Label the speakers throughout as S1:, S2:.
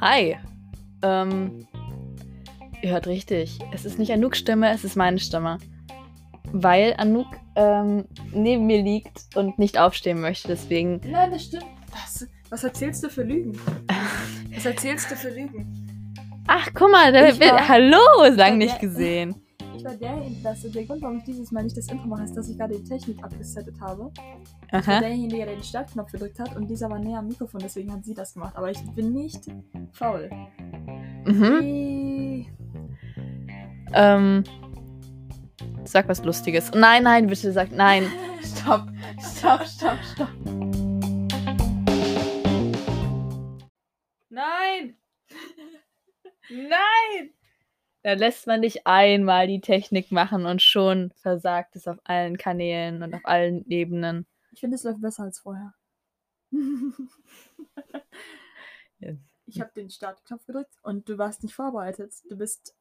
S1: Hi. Ähm, ihr hört richtig. Es ist nicht Anuks Stimme, es ist meine Stimme. Weil Anouk ähm, neben mir liegt und nicht aufstehen möchte. Deswegen,
S2: Nein, das stimmt. Was, was erzählst du für Lügen? Was erzählst du für Lügen?
S1: ach guck mal, da
S2: Ich
S1: bin,
S2: war-
S1: hallo, lang
S2: war
S1: nicht
S2: der-
S1: gesehen.
S2: Ich war derjenige, das ist der Grund, warum ich dieses Mal nicht das Intro mache, ist, dass ich gerade die Technik abgesettet habe. Ich war
S1: Aha.
S2: derjenige, der den Startknopf gedrückt hat und dieser war näher am Mikrofon, deswegen hat sie das gemacht. Aber ich bin nicht faul.
S1: Mhm.
S2: Äh,
S1: Ähm, sag was Lustiges. Nein, nein, bitte sag nein. Stopp, stopp, stopp, stopp. Nein! Nein! Da lässt man dich einmal die Technik machen und schon versagt es auf allen Kanälen und auf allen Ebenen.
S2: Ich finde, es läuft besser als vorher. Ich habe den Startknopf gedrückt und du warst nicht vorbereitet. Du bist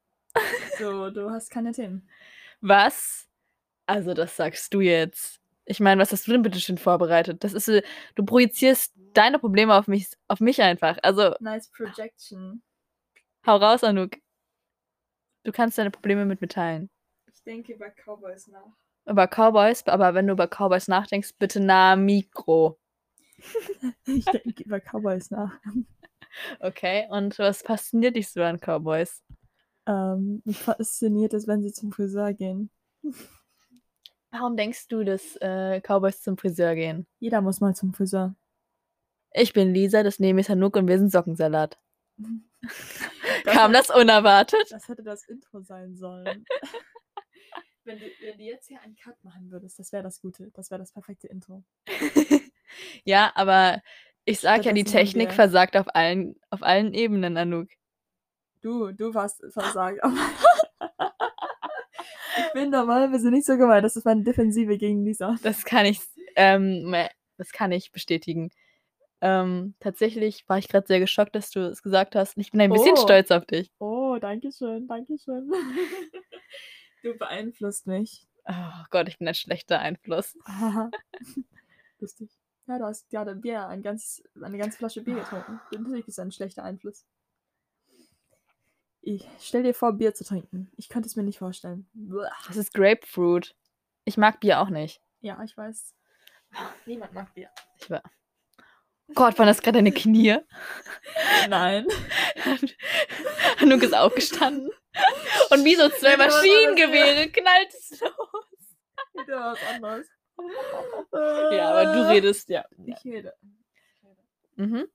S2: so, du hast keine Themen.
S1: Was? Also, das sagst du jetzt. Ich meine, was hast du denn bitte schön vorbereitet? Das ist, so- du projizierst deine Probleme auf mich, auf mich einfach. Also,
S2: Nice Projection.
S1: hau raus, Anouk. Du kannst deine Probleme mit mir teilen.
S2: Ich denke über Cowboys nach.
S1: Über Cowboys, aber wenn du über Cowboys nachdenkst, bitte nah am Mikro.
S2: Ich denke über Cowboys nach.
S1: Okay, und was fasziniert dich so an Cowboys?
S2: Ähm, mich fasziniert es, wenn sie zum Friseur gehen.
S1: Warum denkst du, dass äh, Cowboys zum Friseur gehen?
S2: Jeder muss mal zum Friseur.
S1: Ich bin Lisa, das neben mir ist Anouk und wir sind Sockensalat.
S2: Das
S1: Kam das unerwartet?
S2: Das hätte das Intro sein sollen. wenn, du, wenn du jetzt hier einen Cut machen würdest, das wäre das Gute. Das wäre das perfekte Intro.
S1: ja, aber ich sag ja,
S2: Stattdessen
S1: die
S2: haben
S1: Technik
S2: wir-
S1: versagt auf allen, auf allen Ebenen, Anouk.
S2: Du, du warst versagt. aber- oh ich bin normal, wir sind nicht so gemein. Das ist meine Defensive gegen Lisa.
S1: Das kann ich, ähm, me- das kann ich bestätigen. Ähm, tatsächlich war ich gerade sehr geschockt, dass du es gesagt hast. Ich bin ein bisschen
S2: Oh.
S1: stolz auf dich.
S2: Oh, danke schön, danke schön. du beeinflusst mich.
S1: Oh Gott, ich bin ein schlechter Einfluss.
S2: Haha. Lustig. Ja, du hast gerade Bier, ein ganz, eine ganze Flasche Bier getrunken. Natürlich ist das ein schlechter Einfluss. Ich stell dir vor, Bier zu trinken. Ich könnte es mir nicht vorstellen. Uah.
S1: Das ist Grapefruit. Ich mag Bier auch nicht.
S2: Ja, ich weiß. Niemand mag Bier.
S1: Ich war. Gott, waren das gerade deine Knie?
S2: Nein.
S1: Anouk ist aufgestanden. Und wie so zwei
S2: Ja, das war das Bier.
S1: Maschinengewehre knallt es los.
S2: Wieder was anderes. Äh,
S1: Ja, aber du redest, ja.
S2: Ich rede.
S1: Äh, Mhm.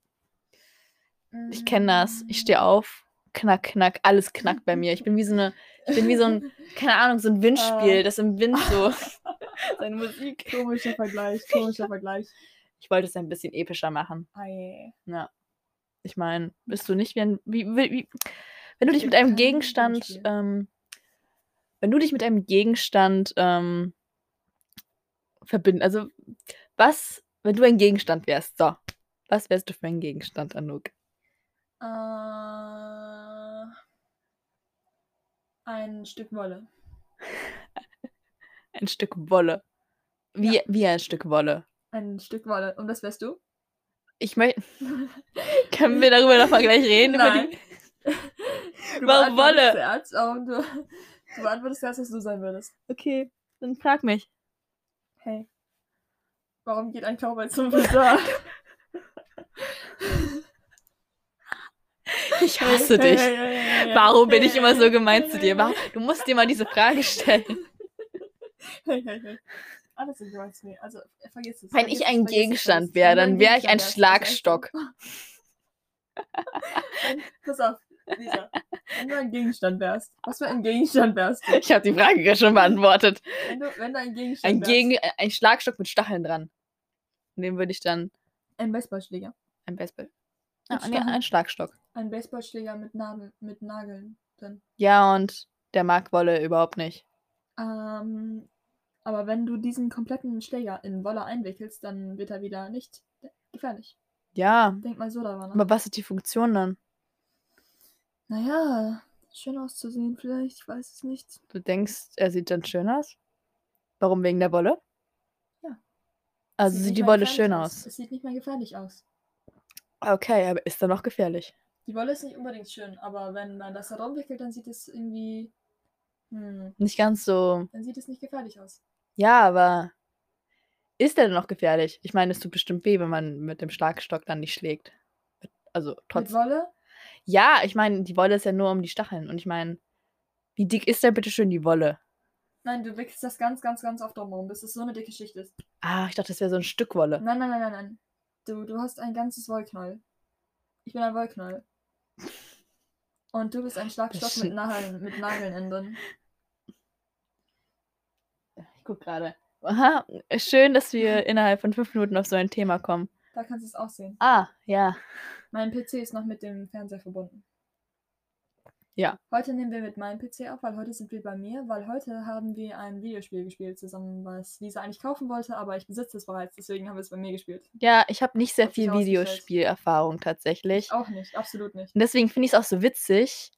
S1: Ich kenne das. Ich stehe auf. Knack, knack. Alles knackt bei mir. Ich bin wie so eine, ich bin wie so ein, keine Ahnung, so ein Windspiel,
S2: Ah.
S1: das im Wind so seine Musik.
S2: Komischer Vergleich, komischer Vergleich.
S1: Ich wollte es ein bisschen epischer machen.
S2: Ei.
S1: Ich meine, bist du nicht wie ein. Wie, wie, wie, wenn du dich mit einem
S2: Kein
S1: Gegenstand.
S2: Windspiel.
S1: Ähm, wenn du dich mit einem Gegenstand ähm, verbinden. Also, was, wenn du ein Gegenstand wärst? So. Was wärst du für ein Gegenstand, Anouk?
S2: Äh, ein Stück Wolle.
S1: Ein Stück Wolle. Wie, wie ein Stück Wolle.
S2: Ein Stück Wolle. Und was wärst du?
S1: Ich möchte. Können wir darüber nochmal gleich reden? über
S2: Nein.
S1: die-
S2: Du
S1: Warum
S2: beantwortest
S1: Wolle?
S2: Zuerst, aber du, du beantwortest erst, was du sein würdest.
S1: Okay, dann frag mich.
S2: Hey. Warum geht ein Cowboy zum Friseur?
S1: Ich hasse
S2: Hey,
S1: dich.
S2: hey, hey, hey, hey,
S1: Warum bin
S2: hey,
S1: ich immer so
S2: hey,
S1: gemein
S2: hey,
S1: zu
S2: hey,
S1: dir?
S2: hey,
S1: Warum- Du musst dir mal diese Frage stellen.
S2: Hey, hey, hey. Alles sind gemein zu mir. Also äh, vergiss es.
S1: Wenn ich
S2: vergiss
S1: ein
S2: es, vergiss es, vergiss
S1: Gegenstand
S2: es.
S1: wäre,
S2: Wenn du
S1: dann wäre ich ein
S2: Gegenstand wärst,
S1: Schlagstock.
S2: dann- Pass auf, Lisa. Wenn du ein Gegenstand wärst, was für ein Gegenstand wärst du?
S1: Ich habe die Frage gerade schon beantwortet.
S2: Wenn du, wenn du ein Gegenstand
S1: Ein,
S2: wärst.
S1: Gegen äh, ein Schlagstock mit Stacheln dran. Den würde ich dann
S2: Ein Baseballschläger.
S1: ein Baseball.
S2: Mit
S1: Ah, nee,
S2: Stacheln.
S1: ein Schlagstock.
S2: Ein Baseballschläger mit, Nadel, mit Nageln drin.
S1: Ja, und der mag Wolle überhaupt nicht.
S2: Ähm, aber wenn du diesen kompletten Schläger in Wolle einwickelst, dann wird er wieder nicht gefährlich.
S1: Ja,
S2: Denk mal so daran. ne?
S1: aber was ist die Funktion dann?
S2: Naja, schön auszusehen vielleicht, ich weiß es nicht.
S1: Du denkst, er sieht dann schön aus? Warum wegen der Wolle?
S2: Ja.
S1: Also
S2: Sieht
S1: sieht
S2: nicht
S1: die
S2: mal
S1: Wolle
S2: gefährlich
S1: schön aus.
S2: Es sieht nicht mehr gefährlich aus.
S1: Okay, aber ist dann noch gefährlich.
S2: Die Wolle ist nicht unbedingt schön, aber wenn man das herumwickelt, dann sieht es irgendwie. Hm,
S1: Nicht ganz so.
S2: dann sieht es nicht gefährlich aus.
S1: Ja, aber ist der denn noch gefährlich? Ich meine, es tut bestimmt weh, wenn man mit dem Schlagstock dann nicht schlägt. Also
S2: Mit
S1: trotz.
S2: Wolle?
S1: Ja, ich meine, die Wolle ist ja nur um die Stacheln. Und ich meine, wie dick ist denn bitte schön die Wolle?
S2: Nein, du wickelst das ganz, ganz, ganz oft drumherum, bis es so eine dicke Schicht ist.
S1: Ah, ich dachte, das wäre so ein Stück Wolle.
S2: Nein, nein, nein, nein, nein. Du, du hast ein ganzes Wollknäuel. Ich bin ein Wollknäuel. Und du bist ein Schlagstock mit
S1: stimmt.
S2: Nageln, mit Nagelnenden.
S1: Ich gucke gerade. Aha, schön, dass wir innerhalb von fünf Minuten auf so ein Thema kommen.
S2: Da kannst du es auch sehen.
S1: Ah, ja.
S2: Mein PC ist noch mit dem Fernseher verbunden.
S1: Ja.
S2: Heute nehmen wir mit meinem PC auf, weil heute sind wir bei mir, weil heute haben wir ein Videospiel gespielt zusammen, was Lisa eigentlich kaufen wollte, aber ich besitze es bereits, deswegen haben wir es bei mir gespielt.
S1: Ja, ich habe nicht sehr
S2: Hat sich
S1: viel
S2: ausgestellt.
S1: Videospielerfahrung tatsächlich.
S2: Auch nicht, absolut nicht.
S1: Und deswegen finde ich es auch so witzig,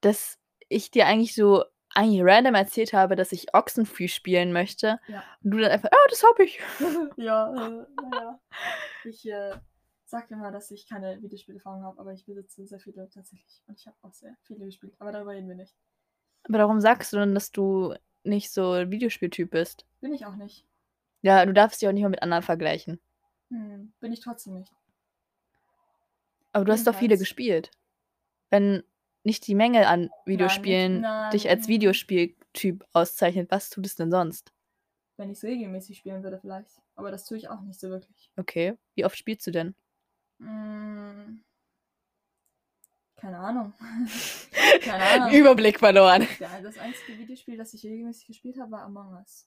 S1: dass ich dir eigentlich so eigentlich random erzählt habe, dass ich Ochsenfree spielen möchte.
S2: Ja.
S1: Und du dann einfach, ja, das habe ich.
S2: ja, äh, naja. Ich äh, sag immer, dass ich keine Videospielerfahrung habe, aber ich besitze sehr viele tatsächlich. Und ich habe auch sehr viele gespielt, aber darüber reden wir nicht.
S1: Aber warum sagst du denn, dass du nicht so ein Videospieltyp bist?
S2: Bin ich auch nicht.
S1: Ja, du darfst dich auch nicht mal mit anderen vergleichen.
S2: Hm, bin ich trotzdem nicht.
S1: Aber du hast doch viele
S2: Jedenfalls.
S1: gespielt. Wenn nicht die Menge an Videospielen
S2: nein,
S1: dich als
S2: nein.
S1: Videospieltyp auszeichnet, was tut es denn sonst?
S2: Wenn ich es regelmäßig spielen würde, vielleicht. Aber das tue ich auch nicht so wirklich.
S1: Okay, wie oft spielst du denn?
S2: Hm, keine Ahnung. keine Ahnung.
S1: Überblick verloren.
S2: Ja, das einzige Videospiel, das ich regelmäßig gespielt habe, war Among Us.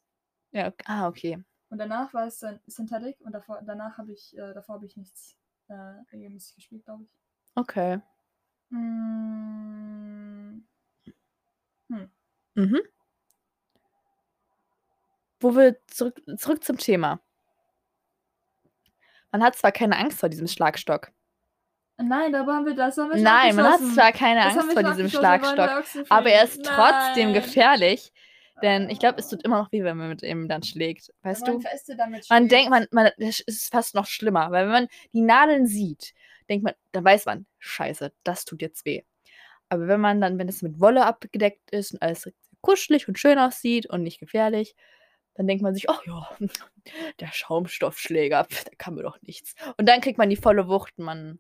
S1: Ja, ok- ah, okay.
S2: Und danach war es dann Synthetic und davor, danach habe ich, äh, davor habe ich nichts äh, regelmäßig gespielt, glaube ich.
S1: Okay.
S2: Mm,
S1: Mhm. Wo wir zurück, zurück zum Thema. Man hat zwar keine Angst vor diesem Schlagstock.
S2: Nein, da waren wir das. Haben wir schon
S1: Nein, man hat
S2: abgeschlossen.
S1: zwar keine
S2: Das haben
S1: Angst
S2: wir
S1: vor
S2: schon
S1: diesem
S2: abgeschlossen, wir waren
S1: Schlagstock,
S2: bei Oxenfree.
S1: aber er ist trotzdem
S2: Nein.
S1: gefährlich, denn ich glaube, es
S2: Ah.
S1: tut immer noch weh, wenn man mit ihm dann schlägt.
S2: Wenn
S1: Weißt
S2: man
S1: du?
S2: Feste damit
S1: Man
S2: spielt.
S1: denkt, man, man, das ist fast noch schlimmer, weil wenn man die Nadeln sieht, denkt man, dann weiß man, scheiße, das tut jetzt weh. Aber wenn man dann, wenn es mit Wolle abgedeckt ist und alles kuschelig und schön aussieht und nicht gefährlich, dann denkt man sich, ach ja, der Schaumstoffschläger, pf, der kann mir doch nichts. Und dann kriegt man die volle Wucht, man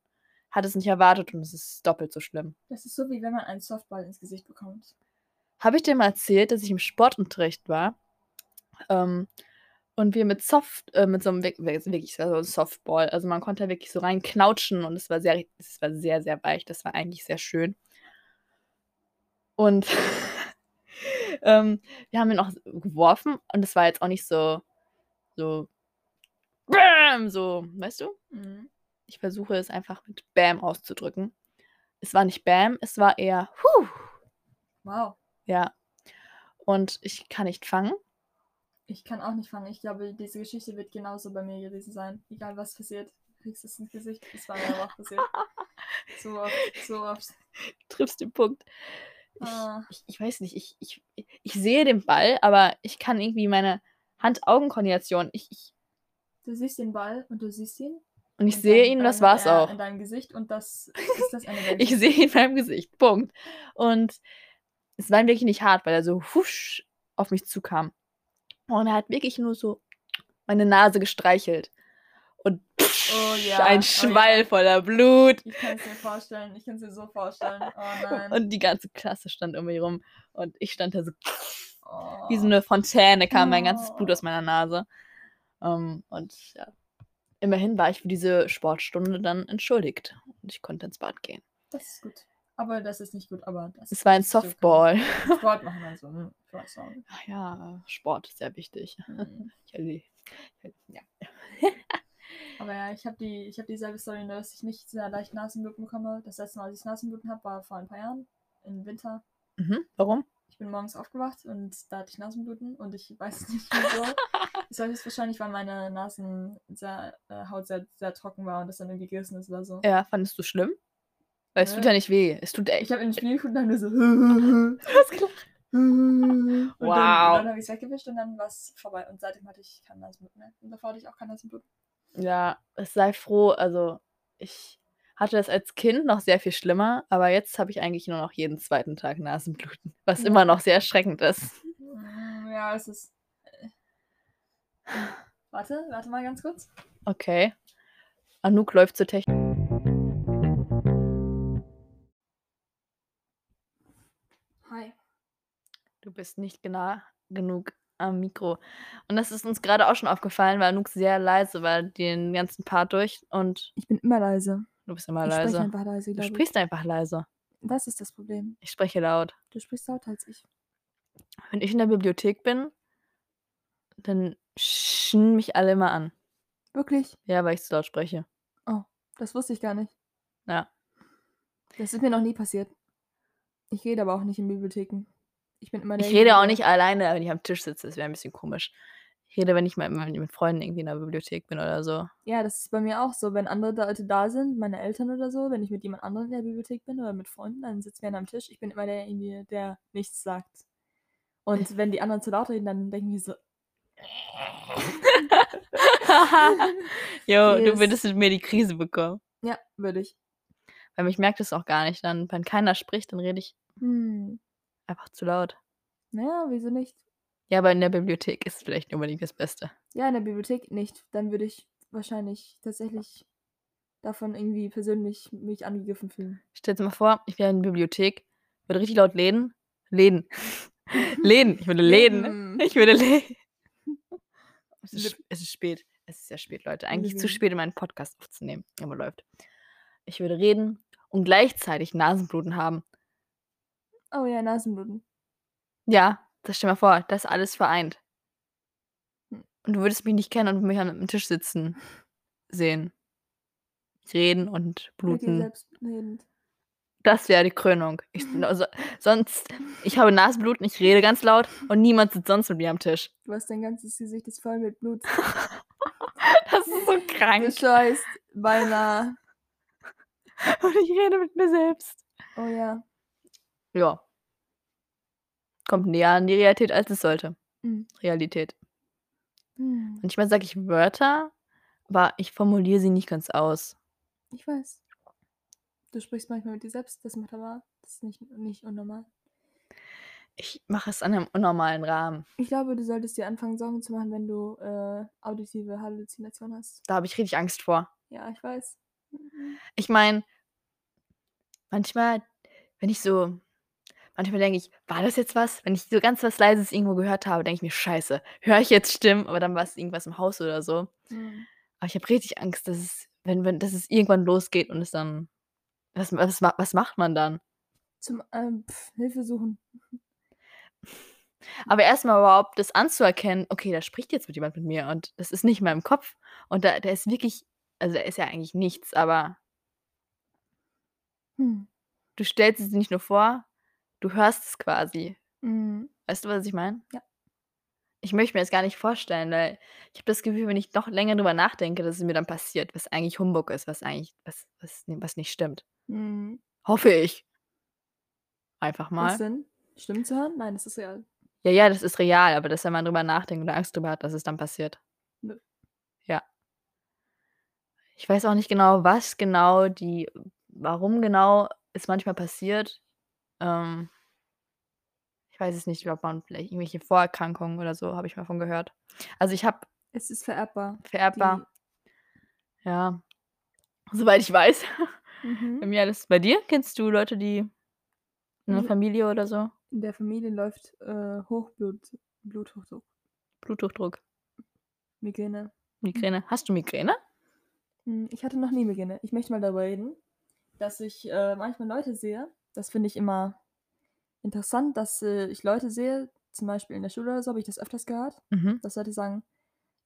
S1: hat es nicht erwartet und es ist doppelt so schlimm.
S2: Das ist so, wie wenn man einen Softball ins Gesicht bekommt.
S1: Habe ich dir mal erzählt, dass ich im Sportunterricht war ähm, und wir mit Soft, äh, mit so einem wirk- wirk- wirklich es war so ein Softball, also man konnte da wirklich so rein knautschen und es war sehr, es war sehr, sehr weich. Das war eigentlich sehr schön. Und ähm, wir haben ihn auch geworfen und es war jetzt auch nicht so, so, bam, so, weißt du?
S2: Mhm.
S1: Ich versuche es einfach mit Bam auszudrücken. Es war nicht Bam, es war eher Huh.
S2: Wow.
S1: Ja. Und ich kann nicht fangen.
S2: Ich kann auch nicht fangen. Ich glaube, diese Geschichte wird genauso bei mir gewesen sein. Egal was passiert. Du kriegst es ins Gesicht. Das war mir aber auch passiert. So oft, so oft.
S1: Triffst den Punkt. Ich,
S2: Ah.
S1: ich, ich weiß nicht, ich, ich, ich sehe den Ball, aber ich kann irgendwie meine Hand-Augen-Koordination. Ich, ich,
S2: Du siehst den Ball und du siehst ihn.
S1: und ich
S2: in
S1: sehe
S2: deinem-
S1: ihn und das
S2: deinem-
S1: war's
S2: ja,
S1: auch.
S2: In deinem Gesicht und das ist das Ende der
S1: Ich sehe ihn in meinem Gesicht. Punkt. Und es war wirklich nicht hart, weil er so husch auf mich zukam. Und er hat wirklich nur so meine Nase gestreichelt. Und
S2: ja, oh ja.
S1: ein Schwall voller Blut.
S2: Ich kann es mir vorstellen, ich kann es mir so vorstellen. Oh nein.
S1: Und die ganze Klasse stand um mich rum. Und ich stand da so.
S2: oh.
S1: Wie so eine Fontäne kam mein ganzes Blut
S2: Oh.
S1: aus meiner Nase. Ähm, und ja. Immerhin war ich für diese Sportstunde dann entschuldigt und ich konnte ins Bad gehen.
S2: Das ist gut. Aber das ist nicht gut, aber das
S1: Es war ein
S2: ist okay.
S1: Softball.
S2: Sport machen wir so. hm, ich weiß auch nicht.
S1: Ach ja, Sport ist sehr wichtig.
S2: Hm.
S1: Ich erle- Ja.
S2: Aber ja, ich habe die, ich habe dieselbe Story, nur dass ich nicht sehr leicht Nasenbluten bekomme. Das letzte Mal, als ich Nasenbluten habe, war vor ein paar Jahren im Winter.
S1: Mhm. Warum?
S2: Ich bin morgens aufgewacht und da hatte ich Nasenbluten und ich weiß nicht wieso. Es war höchstwahrscheinlich, weil meine Nasen sehr, äh, Haut sehr, sehr trocken war und das dann irgendwie gerissen ist oder so.
S1: Ja, fandest du schlimm? Weil es
S2: Nö.
S1: tut ja nicht weh. Es tut
S2: Ich
S1: echt.
S2: habe in den Spiegel geguckt und dann nur so. Und dann,
S1: Wow.
S2: dann habe ich es weggewischt und dann war es vorbei. Und seitdem hatte ich keinen Nasenbluten mehr. Und davor hatte ich auch keinen Nasenbluten.
S1: Ja, es sei froh, also ich hatte das als Kind noch sehr viel schlimmer, aber jetzt habe ich eigentlich nur noch jeden zweiten Tag Nasenbluten, was
S2: Ja.
S1: immer noch sehr erschreckend ist.
S2: Mm, Ja, es ist. äh. Warte, warte mal ganz kurz.
S1: Okay. Anouk läuft zur Technik.
S2: Hi.
S1: Du bist nicht genau genug am Mikro. Und das ist uns gerade auch schon aufgefallen, weil Anouk sehr leise war den ganzen Part durch und
S2: Ich bin immer leise.
S1: du bist immer
S2: Ich spreche
S1: leise.
S2: einfach leise,
S1: Du
S2: glaube ich.
S1: sprichst einfach leise.
S2: Das ist das Problem.
S1: Ich spreche laut.
S2: Du sprichst lauter als ich.
S1: Wenn ich in der Bibliothek bin, dann schen mich alle immer an.
S2: Wirklich?
S1: Ja, weil ich zu laut spreche.
S2: Das wusste ich gar nicht.
S1: Ja.
S2: Das ist mir noch nie passiert. Ich rede aber auch nicht in Bibliotheken. Ich bin immer
S1: Ich rede auch
S2: der-
S1: nicht alleine, wenn ich am Tisch sitze. Das wäre ein bisschen komisch. Ich rede, wenn ich mal mit, mit Freunden irgendwie in der Bibliothek bin oder so.
S2: Ja, das ist bei mir auch so. Wenn andere Leute da sind, meine Eltern oder so, wenn ich mit jemand anderem in der Bibliothek bin oder mit Freunden, dann sitzen wir an einem Tisch. Ich bin immer derjenige, der nichts sagt. Und wenn die anderen zu laut reden, dann denken wir so,
S1: Jo, du
S2: Yes.
S1: würdest mit mir die Krise bekommen.
S2: ja, würde ich.
S1: Weil mich merkt es auch gar nicht. Dann, wenn keiner spricht, dann rede ich
S2: Hm.
S1: einfach zu laut.
S2: Naja, wieso nicht?
S1: Ja, aber in der Bibliothek ist vielleicht nicht unbedingt das Beste.
S2: Ja, in der Bibliothek nicht. Dann würde ich wahrscheinlich tatsächlich davon irgendwie persönlich mich angegriffen fühlen.
S1: Stell dir mal vor, ich wäre in der Bibliothek, würde richtig laut läden. Läden. Läden. Ich würde läden. Ich würde läden. Es ist, sp- es ist spät. Es ist sehr spät, Leute. Eigentlich zu
S2: Leben.
S1: spät, um einen Podcast aufzunehmen. Aber läuft. Ich würde reden und gleichzeitig Nasenbluten haben.
S2: Oh ja, Nasenbluten.
S1: Ja, das stell dir mal vor, das ist alles vereint.
S2: Hm.
S1: Und du würdest mich nicht kennen und mich am Tisch sitzen sehen. Reden und
S2: Mit dir
S1: bluten.
S2: selbst redend.
S1: Das wäre die Krönung. Ich, also, sonst, ich habe Nasenbluten, ich rede ganz laut und niemand sitzt sonst mit mir am Tisch.
S2: Du hast dein ganzes Gesicht ist voll mit Blut.
S1: Das ist so
S2: Du
S1: krank.
S2: scheißt beinahe.
S1: Und ich rede mit mir selbst.
S2: Oh ja.
S1: Ja. Kommt näher an die Realität, als es sollte.
S2: Mhm.
S1: Realität.
S2: Hm.
S1: Manchmal sage ich Wörter, aber ich formuliere sie nicht ganz aus.
S2: Ich weiß. Du sprichst manchmal mit dir selbst, das macht aber das ist nicht, nicht unnormal.
S1: Ich mache es an einem unnormalen Rahmen.
S2: Ich glaube, du solltest dir anfangen, Sorgen zu machen, wenn du äh, auditive Halluzination hast.
S1: Da habe ich richtig Angst vor.
S2: Ja, ich weiß.
S1: Ich meine, manchmal, wenn ich so, manchmal denke ich, war das jetzt was? Wenn ich so ganz was Leises irgendwo gehört habe, denke ich mir, scheiße, höre ich jetzt Stimmen? Aber dann war es irgendwas im Haus oder so.
S2: Hm.
S1: Aber ich habe richtig Angst, dass es, wenn, wenn, dass es irgendwann losgeht und es dann, was, was, ma- was macht man dann?
S2: Zum ähm, pf, Hilfe suchen.
S1: Aber erstmal überhaupt das anzuerkennen, okay, da spricht jetzt mit jemand mit mir und das ist nicht in meinem Kopf. Und da, da ist wirklich, also da ist ja eigentlich nichts, aber
S2: Hm.
S1: du stellst es dir nicht nur vor, du hörst es quasi.
S2: Hm.
S1: Weißt du, was ich meine?
S2: Ja.
S1: Ich möchte mir das gar nicht vorstellen, weil ich habe das Gefühl, wenn ich noch länger drüber nachdenke, dass es mir dann passiert, was eigentlich Humbug ist, was eigentlich, was, was, was nicht stimmt.
S2: Hm.
S1: Hoffe ich. Einfach mal.
S2: Was denn? Stimmen zu hören? Nein, das ist real.
S1: Ja, ja, das ist real, aber dass wenn man drüber nachdenkt oder Angst drüber hat, dass es dann passiert.
S2: Nö.
S1: Ja. Ich weiß auch nicht genau, was genau die, warum genau es manchmal passiert. Ähm, ich weiß es nicht, ob man vielleicht irgendwelche Vorerkrankungen oder so, habe ich mal von gehört. Also ich habe
S2: Es ist vererbbar.
S1: vererbbar, ja, soweit ich weiß.
S2: Die,
S1: Bei
S2: mhm.
S1: mir alles. Bei dir kennst du Leute, die in der
S2: Mhm.
S1: Familie oder so?
S2: In der Familie läuft äh, Hochblut, Bluthochdruck,
S1: Bluthochdruck,
S2: Migräne.
S1: Migräne.
S2: Mhm.
S1: Hast du Migräne?
S2: Hm, Ich hatte noch nie Migräne. Ich möchte mal darüber reden, dass ich äh, manchmal Leute sehe. Das finde ich immer interessant, dass äh, ich Leute sehe, zum Beispiel in der Schule oder so, habe ich das öfters gehört,
S1: Mhm.
S2: dass Leute sagen,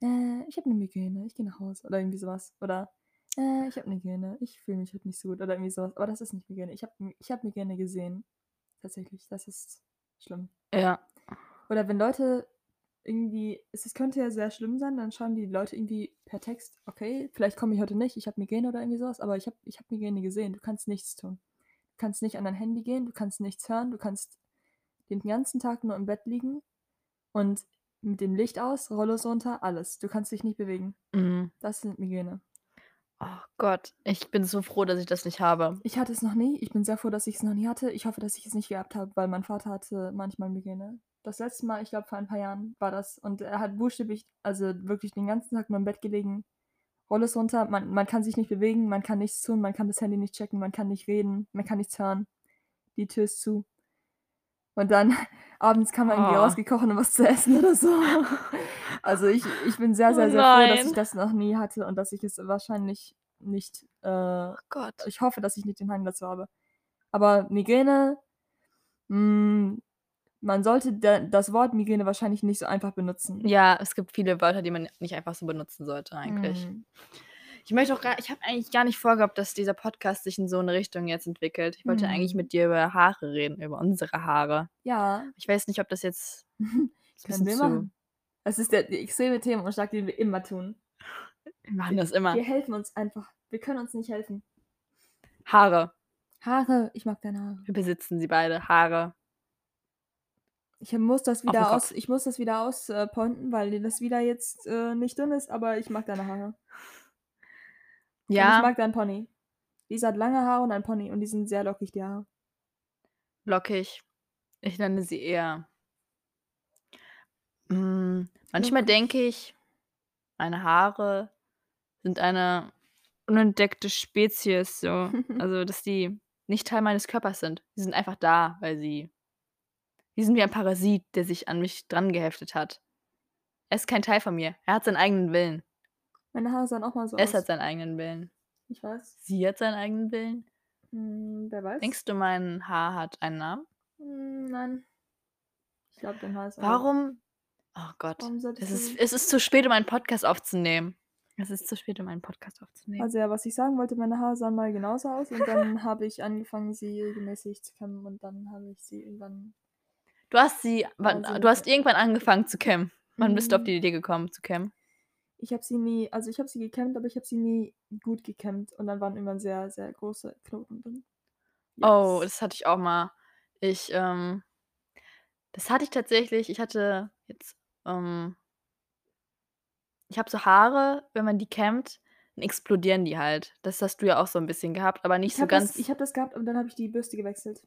S2: äh, ich habe eine Migräne, ich gehe nach Hause oder irgendwie sowas. Oder äh, ich habe eine Migräne, ich fühle mich heute nicht so gut oder irgendwie sowas. Aber das ist nicht Migräne. Ich habe ich hab Migräne gesehen. Tatsächlich, das ist schlimm.
S1: Ja.
S2: Oder wenn Leute irgendwie, es es könnte ja sehr schlimm sein, dann schreiben die Leute irgendwie per Text, okay, vielleicht komme ich heute nicht, ich habe Migräne oder irgendwie sowas, aber ich habe ich hab Migräne gesehen, du kannst nichts tun. Du kannst nicht an dein Handy gehen, du kannst nichts hören, du kannst den ganzen Tag nur im Bett liegen und mit dem Licht aus, Rollos runter, alles. Du kannst dich nicht bewegen.
S1: Mhm.
S2: Das sind Migräne.
S1: Oh Gott, ich bin so froh, dass ich das nicht habe.
S2: Ich hatte es noch nie. Ich bin sehr froh, dass ich es noch nie hatte. Ich hoffe, dass ich es nicht gehabt habe, weil mein Vater hatte manchmal Migräne. Das letzte Mal, ich glaube, vor ein paar Jahren war das. Und er hat buchstäblich, also wirklich den ganzen Tag nur im Bett gelegen. Rolle ist runter, man, man kann sich nicht bewegen, man kann nichts tun, man kann das Handy nicht checken, man kann nicht reden, man kann nichts hören. Die Tür ist zu. Und dann abends kam man irgendwie
S1: Oh.
S2: rausgekocht und was zu essen oder so. Also ich, ich bin sehr, sehr,
S1: Oh
S2: sehr froh, dass
S1: nein.
S2: ich das noch nie hatte und dass ich es wahrscheinlich nicht äh,
S1: Oh Gott.
S2: ich hoffe, dass ich nicht den Hang dazu habe. Aber Migräne, mh, man sollte da- das Wort Migräne wahrscheinlich nicht so einfach benutzen.
S1: Ja, es gibt viele Wörter, die man nicht einfach so benutzen sollte eigentlich.
S2: Mm.
S1: Ich möchte auch gar, ich habe eigentlich gar nicht vorgehabt, dass dieser Podcast sich in so eine Richtung jetzt entwickelt. Ich wollte eigentlich
S2: Mhm.
S1: mit dir über Haare reden, über unsere Haare.
S2: Ja,
S1: Ich weiß nicht, ob das jetzt ist ein
S2: können wir
S1: bisschen zu.
S2: machen. Es ist der, der extreme Themenumschlag, den wir immer tun.
S1: Wir machen das immer.
S2: Wir helfen uns einfach. Wir können uns nicht helfen.
S1: Haare.
S2: Haare, ich mag deine Haare.
S1: Wir besitzen sie beide. Haare.
S2: Ich muss das
S1: den
S2: wieder
S1: Kopf.
S2: aus, ich muss das wieder auspointen, äh, pointen, weil dir das wieder jetzt äh, nicht drin ist, aber ich mag deine Haare. Und ich
S1: Ja,
S2: mag deinen Pony. Lisa hat lange Haare und ein Pony und die sind sehr lockig, die Haare.
S1: lockig. Ich nenne sie eher. Mm, manchmal denke ich, meine Haare sind eine unentdeckte Spezies. So. Also, dass die nicht Teil meines Körpers sind. Die sind einfach da, weil sie. Die sind wie ein Parasit, der sich an mich dran geheftet hat. Er ist kein Teil von mir. Er hat seinen eigenen Willen.
S2: Meine Haare sahen auch mal so
S1: Es
S2: aus.
S1: hat seinen eigenen Willen.
S2: Ich weiß.
S1: Sie hat seinen eigenen Willen.
S2: Hm, wer weiß?
S1: Denkst du, mein Haar hat einen Namen?
S2: Hm, nein. Ich glaube, dein Haar ist. alle-
S1: Warum? Oh Gott.
S2: Warum solltest
S1: Es ist,
S2: du.
S1: es ist zu spät, um einen Podcast aufzunehmen. Es ist zu spät, um einen Podcast aufzunehmen.
S2: Also ja, was ich sagen wollte, meine Haare sahen mal genauso aus und dann habe ich angefangen, sie regelmäßig zu kämmen und dann habe ich sie irgendwann.
S1: du hast sie, wann,
S2: also-
S1: du hast irgendwann angefangen zu cammen. Wann bist du auf
S2: Mhm.
S1: die Idee gekommen zu cammen?
S2: Ich habe sie nie, also ich habe sie gekämmt, aber ich habe sie nie gut gekämmt und dann waren irgendwann sehr, sehr große Knoten drin.
S1: Oh,
S2: Yes.
S1: das hatte ich auch mal. Ich, ähm, das hatte ich tatsächlich. Ich hatte jetzt, ähm, ich habe so Haare, wenn man die cammt, dann explodieren die halt. Das hast du ja auch so ein bisschen gehabt, aber nicht
S2: ich
S1: so
S2: hab
S1: ganz.
S2: Das, ich habe das gehabt und dann habe ich die Bürste gewechselt.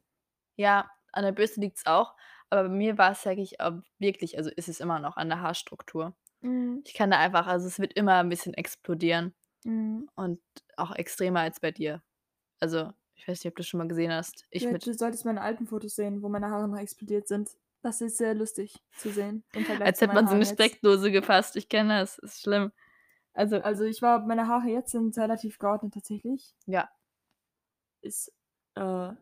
S1: Ja, an der Bürste liegt es auch. Aber bei mir war es, sage ich, auch wirklich, also ist es immer noch an der Haarstruktur.
S2: Mhm.
S1: Ich kann da einfach, also es wird immer ein bisschen explodieren
S2: Mhm.
S1: und auch extremer als bei dir. Also, ich weiß nicht, ob du schon mal gesehen hast. Ich
S2: ja,
S1: mit,
S2: du solltest meine alten Fotos sehen, wo meine Haare noch explodiert sind. Das ist sehr lustig zu sehen. im Vergleich
S1: als
S2: zu
S1: hätte
S2: meinen
S1: man so eine
S2: Haaren jetzt.
S1: Steckdose gefasst. Ich kenne das, ist schlimm. Also,
S2: Also ich war, meine Haare jetzt sind relativ geordnet tatsächlich.
S1: Ja.
S2: Ist, äh,
S1: kann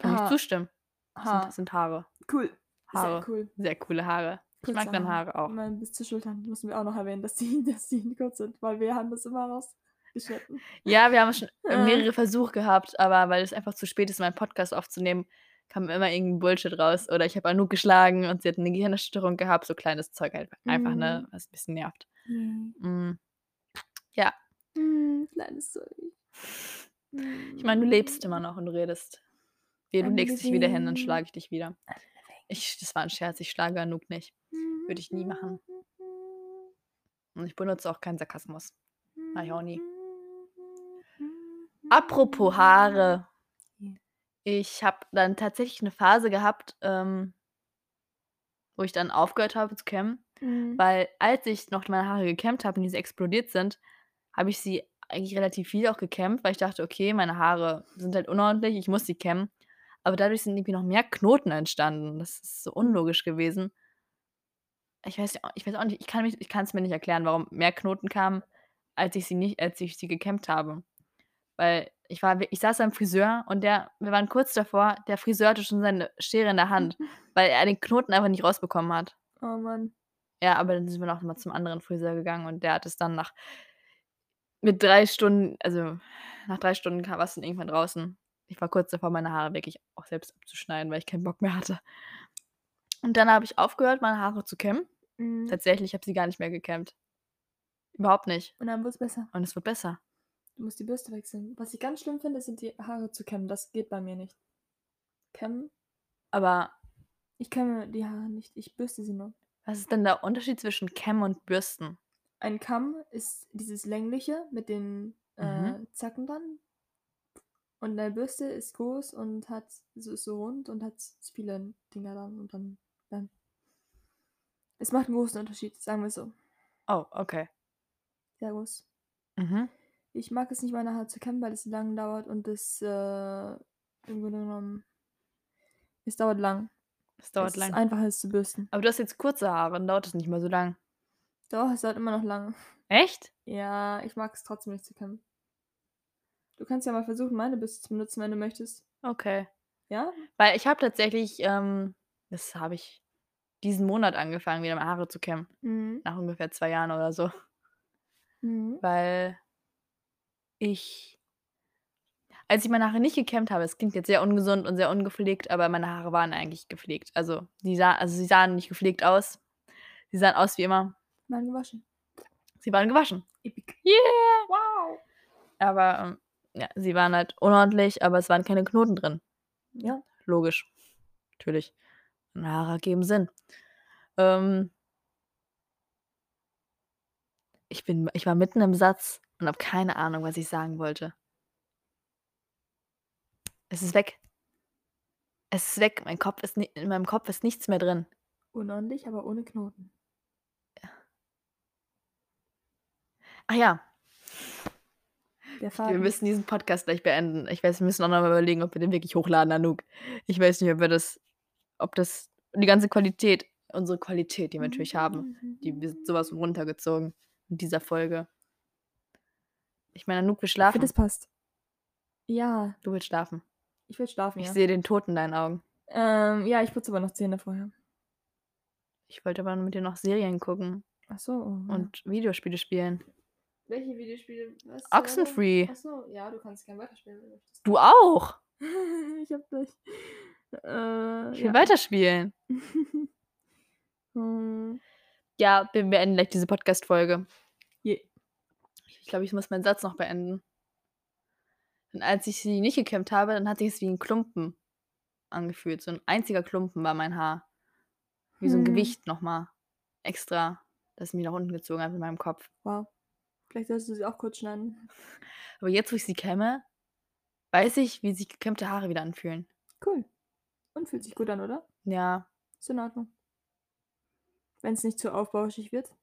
S1: ich
S2: Haar-
S1: zustimmen. Das sind,
S2: Haar.
S1: das sind Haare.
S2: Cool.
S1: Haare.
S2: Sehr cool.
S1: Sehr coole Haare. Ich mag deine Haare auch.
S2: Meine, bis zu Schultern müssen wir auch noch erwähnen, dass die, dass die kurz sind, weil wir haben das immer rausgeschnitten.
S1: Ja, wir haben schon
S2: Äh.
S1: mehrere Versuche gehabt, aber weil es einfach zu spät ist, meinen Podcast aufzunehmen, kam immer irgendein Bullshit raus. Oder ich habe Anouk geschlagen und sie hat eine Gehirnerschütterung gehabt, so kleines Zeug halt. Einfach, ne, was ein bisschen nervt. Mm.
S2: Mm, kleines Zeug.
S1: Ich meine, du lebst
S2: Hm.
S1: immer noch und du redest. Wehe, du
S2: I'm
S1: legst dich wieder hin, dann
S2: living.
S1: schlage ich dich wieder. Ich, das war ein Scherz, ich schlage Anouk nicht. Würde ich nie machen.
S2: Hm.
S1: Und ich benutze auch keinen Sarkasmus. Mach ich auch nie. Apropos Haare.
S2: Ja.
S1: Ich habe dann tatsächlich eine Phase gehabt, ähm, wo ich dann aufgehört habe zu kämmen.
S2: Mhm.
S1: Weil als ich noch meine Haare gekämmt habe und diese explodiert sind, habe ich sie eigentlich relativ viel auch gekämmt, weil ich dachte, okay, meine Haare sind halt unordentlich, ich muss sie kämmen. Aber dadurch sind irgendwie noch mehr Knoten entstanden. Das ist so unlogisch gewesen. Ich weiß, ja auch- ich weiß auch nicht, ich kann mich- ich kann es mir nicht erklären, warum mehr Knoten kamen, als ich sie nicht, als ich sie gekämmt habe. Weil ich war, wir- ich saß beim Friseur und der, wir waren kurz davor, der Friseur hatte schon seine Schere in der Hand, weil er den Knoten einfach nicht rausbekommen hat.
S2: Oh Mann.
S1: Ja, aber dann sind wir noch mal zum anderen Friseur gegangen und der hat es dann nach mit drei Stunden, also nach drei Stunden kam- war es dann irgendwann draußen. Ich war kurz davor, meine Haare wirklich auch selbst abzuschneiden, weil ich keinen Bock mehr hatte. Und dann habe ich aufgehört, meine Haare zu kämmen.
S2: Mhm.
S1: Tatsächlich habe ich sie gar nicht mehr gekämmt. Überhaupt nicht.
S2: Und dann wird's besser.
S1: Und es wird besser.
S2: Du musst die Bürste wechseln. Was ich ganz schlimm finde, sind die Haare zu kämmen. Das geht bei mir nicht. Kämmen?
S1: Aber
S2: Ich kämme die Haare nicht. Ich bürste sie nur.
S1: Was ist denn der Unterschied zwischen Kämmen und Bürsten?
S2: Ein Kamm ist dieses längliche mit den äh,
S1: Mhm.
S2: Zacken dann. Und eine Bürste ist groß und hat so, ist so rund und hat so viele Dinger dran und dann, dann. Es macht einen großen Unterschied, sagen wir es so.
S1: Oh, okay.
S2: Sehr groß.
S1: Mhm.
S2: Ich mag es nicht, meine Haare zu kämmen, weil es lang dauert und es äh, im Grunde genommen. Es dauert lang.
S1: Das dauert
S2: es ist
S1: lang.
S2: einfacher, es zu bürsten.
S1: Aber du hast jetzt kurze Haare, dann dauert es nicht mehr so lang.
S2: Doch, es dauert immer noch lange.
S1: Echt?
S2: Ja, ich mag es trotzdem nicht zu kämmen. Du kannst ja mal versuchen, meine Bürste zu benutzen, wenn du möchtest.
S1: Okay.
S2: Ja?
S1: Weil ich habe tatsächlich, ähm, das habe ich diesen Monat angefangen, wieder meine Haare zu kämmen.
S2: Mhm.
S1: Nach ungefähr zwei Jahren oder so.
S2: Mhm.
S1: Weil ich, als ich meine Haare nicht gekämmt habe, es klingt jetzt sehr ungesund und sehr ungepflegt, aber meine Haare waren eigentlich gepflegt. Also, die sah, also sie sahen nicht gepflegt aus. Sie sahen aus wie immer.
S2: Mal gewaschen.
S1: Sie waren gewaschen.
S2: Epic.
S1: Yeah!
S2: Wow.
S1: Aber ähm, ja, sie waren halt unordentlich, aber es waren keine Knoten drin.
S2: Ja.
S1: Logisch. Natürlich. Meine Haare geben Sinn. Ähm, ich, bin, ich war mitten im Satz und habe keine Ahnung, was ich sagen wollte. Es ist weg. Es ist weg. Mein Kopf ist ni- in meinem Kopf ist nichts mehr drin.
S2: Unordentlich, aber ohne Knoten.
S1: Ach ja,
S2: Der
S1: wir
S2: Faden.
S1: müssen diesen Podcast gleich beenden. Ich weiß, wir müssen auch noch mal überlegen, ob wir den wirklich hochladen, Anouk. Ich weiß nicht, ob wir das, ob das die ganze Qualität, unsere Qualität, die
S2: Mhm.
S1: wir natürlich haben, Die wir sind sowas von runtergezogen in dieser Folge. Ich meine, Anouk will
S2: Ich finde,
S1: schlafen.
S2: das passt. Ja,
S1: Du willst schlafen.
S2: ich will schlafen,
S1: Ich
S2: ja.
S1: sehe den Tod in deinen Augen.
S2: ähm, ja, ich putze aber noch Zähne vorher.
S1: Ich wollte aber mit dir noch Serien gucken
S2: Ach so. oh, ja.
S1: und Videospiele spielen.
S2: Welche Videospiele? Was zur Hölle?
S1: Oxenfree.
S2: Ach so, ja, du kannst gerne weiterspielen, wenn du möchtest.
S1: Du auch.
S2: ich hab gleich. Äh,
S1: Ich will
S2: ja.
S1: weiterspielen.
S2: Hm,
S1: Ja, wir beenden gleich diese Podcast-Folge.
S2: Je.
S1: Ich glaube, ich muss meinen Satz noch beenden. Und als ich sie nicht gekämmt habe, dann hatte ich es wie ein Klumpen angefühlt. So ein einziger Klumpen war mein Haar. Wie so ein
S2: Hm.
S1: Gewicht nochmal extra, das mich nach unten gezogen hat in meinem Kopf.
S2: Wow. Vielleicht solltest du sie auch kurz schneiden.
S1: Aber jetzt, wo ich sie kämme, weiß ich, wie sich gekämmte Haare wieder anfühlen.
S2: Cool. Und fühlt sich gut an, oder?
S1: Ja,
S2: Ist in Ordnung. Wenn es nicht zu aufbauschig wird.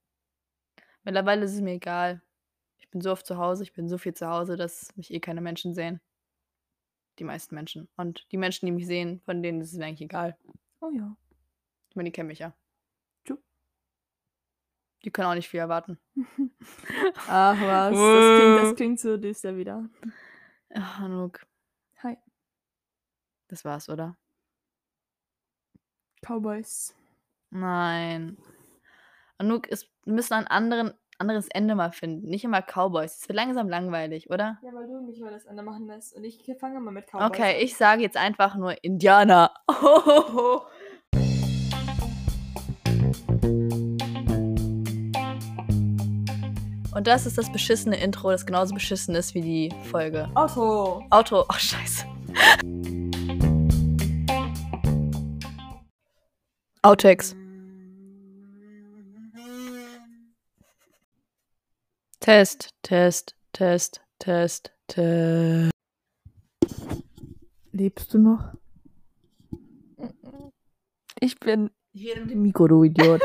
S1: mittlerweile ist es mir egal. Ich bin so oft zu Hause, ich bin so viel zu Hause, dass mich eh keine Menschen sehen. Die meisten Menschen. Und die Menschen, die mich sehen, von denen ist es mir eigentlich egal.
S2: Oh ja.
S1: Ich meine, die kennen mich ja.
S2: Tschu.
S1: Die können auch nicht viel erwarten.
S2: Ach was, das klingt,
S1: Wow.
S2: das klingt so düster wieder.
S1: Ach, Anouk,
S2: Hi,
S1: das war's, oder?
S2: Cowboys.
S1: Nein. Anouk, es, wir müssen ein anderen, anderes Ende mal finden. Nicht immer Cowboys. Es wird langsam langweilig, oder?
S2: Ja, weil du mich mal das andere machen lässt und ich fange mal mit Cowboys.
S1: Okay, ich sage jetzt einfach nur Indianer. Und das ist das beschissene Intro, das genauso beschissen ist wie die Folge.
S2: Otto.
S1: Auto, ach scheiße. Outtakes. Test, Test, Test, Test, Test.
S2: Lebst du noch? Ich bin
S1: Hier
S2: Mikro, du Idiot.